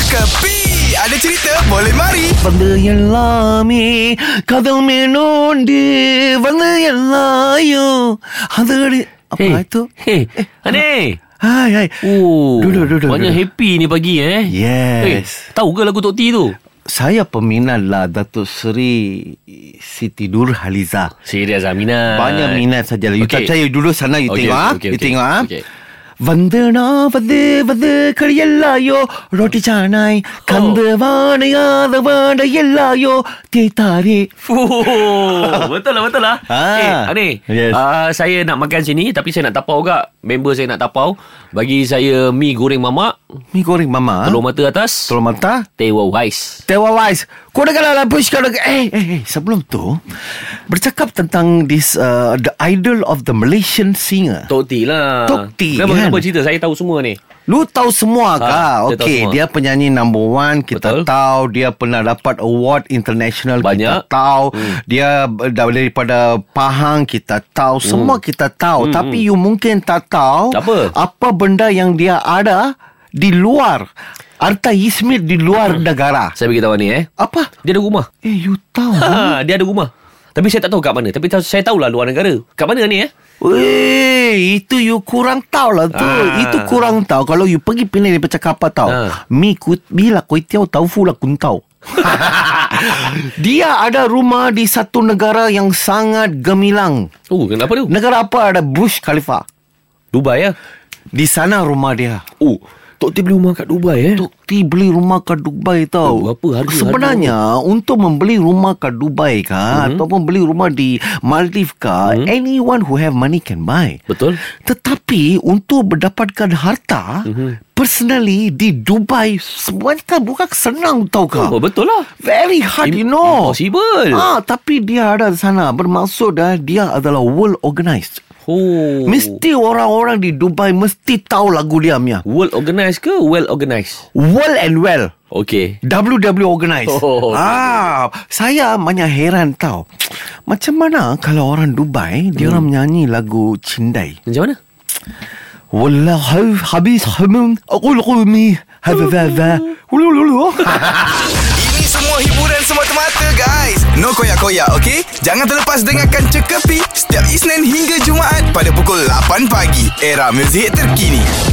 Kepi Ada cerita boleh mari வந்து எல்லாமே கதல் மேலோண்டு வந்து எல்லாயும் அதோடு apa hey. itu? Hey, Aneh. Hai hai. Oh, Duduk duduk. Banyak duduk. happy ni pagi eh. Yes. Eh, tahu ke lagu Tok T tu? Saya peminat lah Datuk Seri Siti Nurhaliza. Serius lah minat. Banyak minat saja lah. You tak Okey. percaya you duduk sana you Okey, tengok ah. okey, You okey. tengok ah. Okey. வந்தனா வந்து வந்து கரியல்லாயோ ரொட்டி சானாய் கந்து வாணையாத வாட எல்லாயோ தேத்தாரே Fuh, betul lah, betul lah. Ah. Eh, Aneh. Yes. Uh, saya nak makan sini tapi saya nak tapau juga. Member saya nak tapau. Bagi saya mi goreng mamak, மீ கோரிங் மாமா telur mata atas, Tolong mata tewa wise. Dewa Wise Kudakalah push kau dekat- Eh eh eh Sebelum tu Bercakap tentang this uh, The idol of the Malaysian singer Tok T lah. Tok T, kan? Kenapa, kenapa cerita? Saya tahu semua ni. Lu tahu semua ha, Ha, kah? saya tahu Okey semua. Dia penyanyi number one Kita Betul. tahu Dia pernah dapat award international Kita Banyak. tahu hmm. Dia ber- daripada Pahang Kita tahu hmm. Semua kita tahu hmm, Tapi you mungkin tak tahu Tak apa. Apa benda yang dia ada Di luar Arta Ismir di luar Hmm. negara Saya beritahu ni eh. Apa? Dia ada rumah. Eh you tahu Ha, dia ada rumah. Tapi saya tak tahu kat mana. Tapi tahu- saya tahulah luar negara. Kat mana ni eh? Weh, itu you kurang tahu lah tu. Ah. Itu kurang tahu. Kalau you pergi Penang dia bercakap apa tahu. Ah. Mi kut bila koi tiaw taufu lah kun tahu. dia ada rumah di satu negara yang sangat gemilang. Oh, kenapa tu? Negara apa ada Burj Khalifa. Dubai ya. Di sana rumah dia. Oh, Tok T beli rumah kat Dubai eh. Tok T beli rumah kat Dubai tau. Oh, berapa harga- Sebenarnya untuk membeli rumah kat Dubai Mhm. kah mm-hmm. ataupun beli rumah di Maldives kah, mm-hmm. anyone who have money can buy. Betul. Tetapi untuk mendapatkan harta Mhm. mm-hmm. personally di Dubai wanita bukan senang tau kah? Oh, betul lah. Very hard you know. Impossible. Ah, tapi dia ada di sana bermaksud dah dia adalah world organized. Oh. Mesti orang-orang di Dubai mesti tahu lagu dia Mia. World organized ke well organized? Well and well. Okay. WW organize. Oh. Ah, saya banyak heran tau. Macam mana kalau orang Dubai dia orang Hmm. menyanyi lagu Cindai? Macam mana? Wallahu habis hamum aqul qumi hadha hadha. Ululu. Ini semua hiburan semata-mata guys No koyak-koyak ok Jangan terlepas dengarkan Cekapi Setiap Isnin hingga Jumaat Pada pukul 8 pagi Era muzik terkini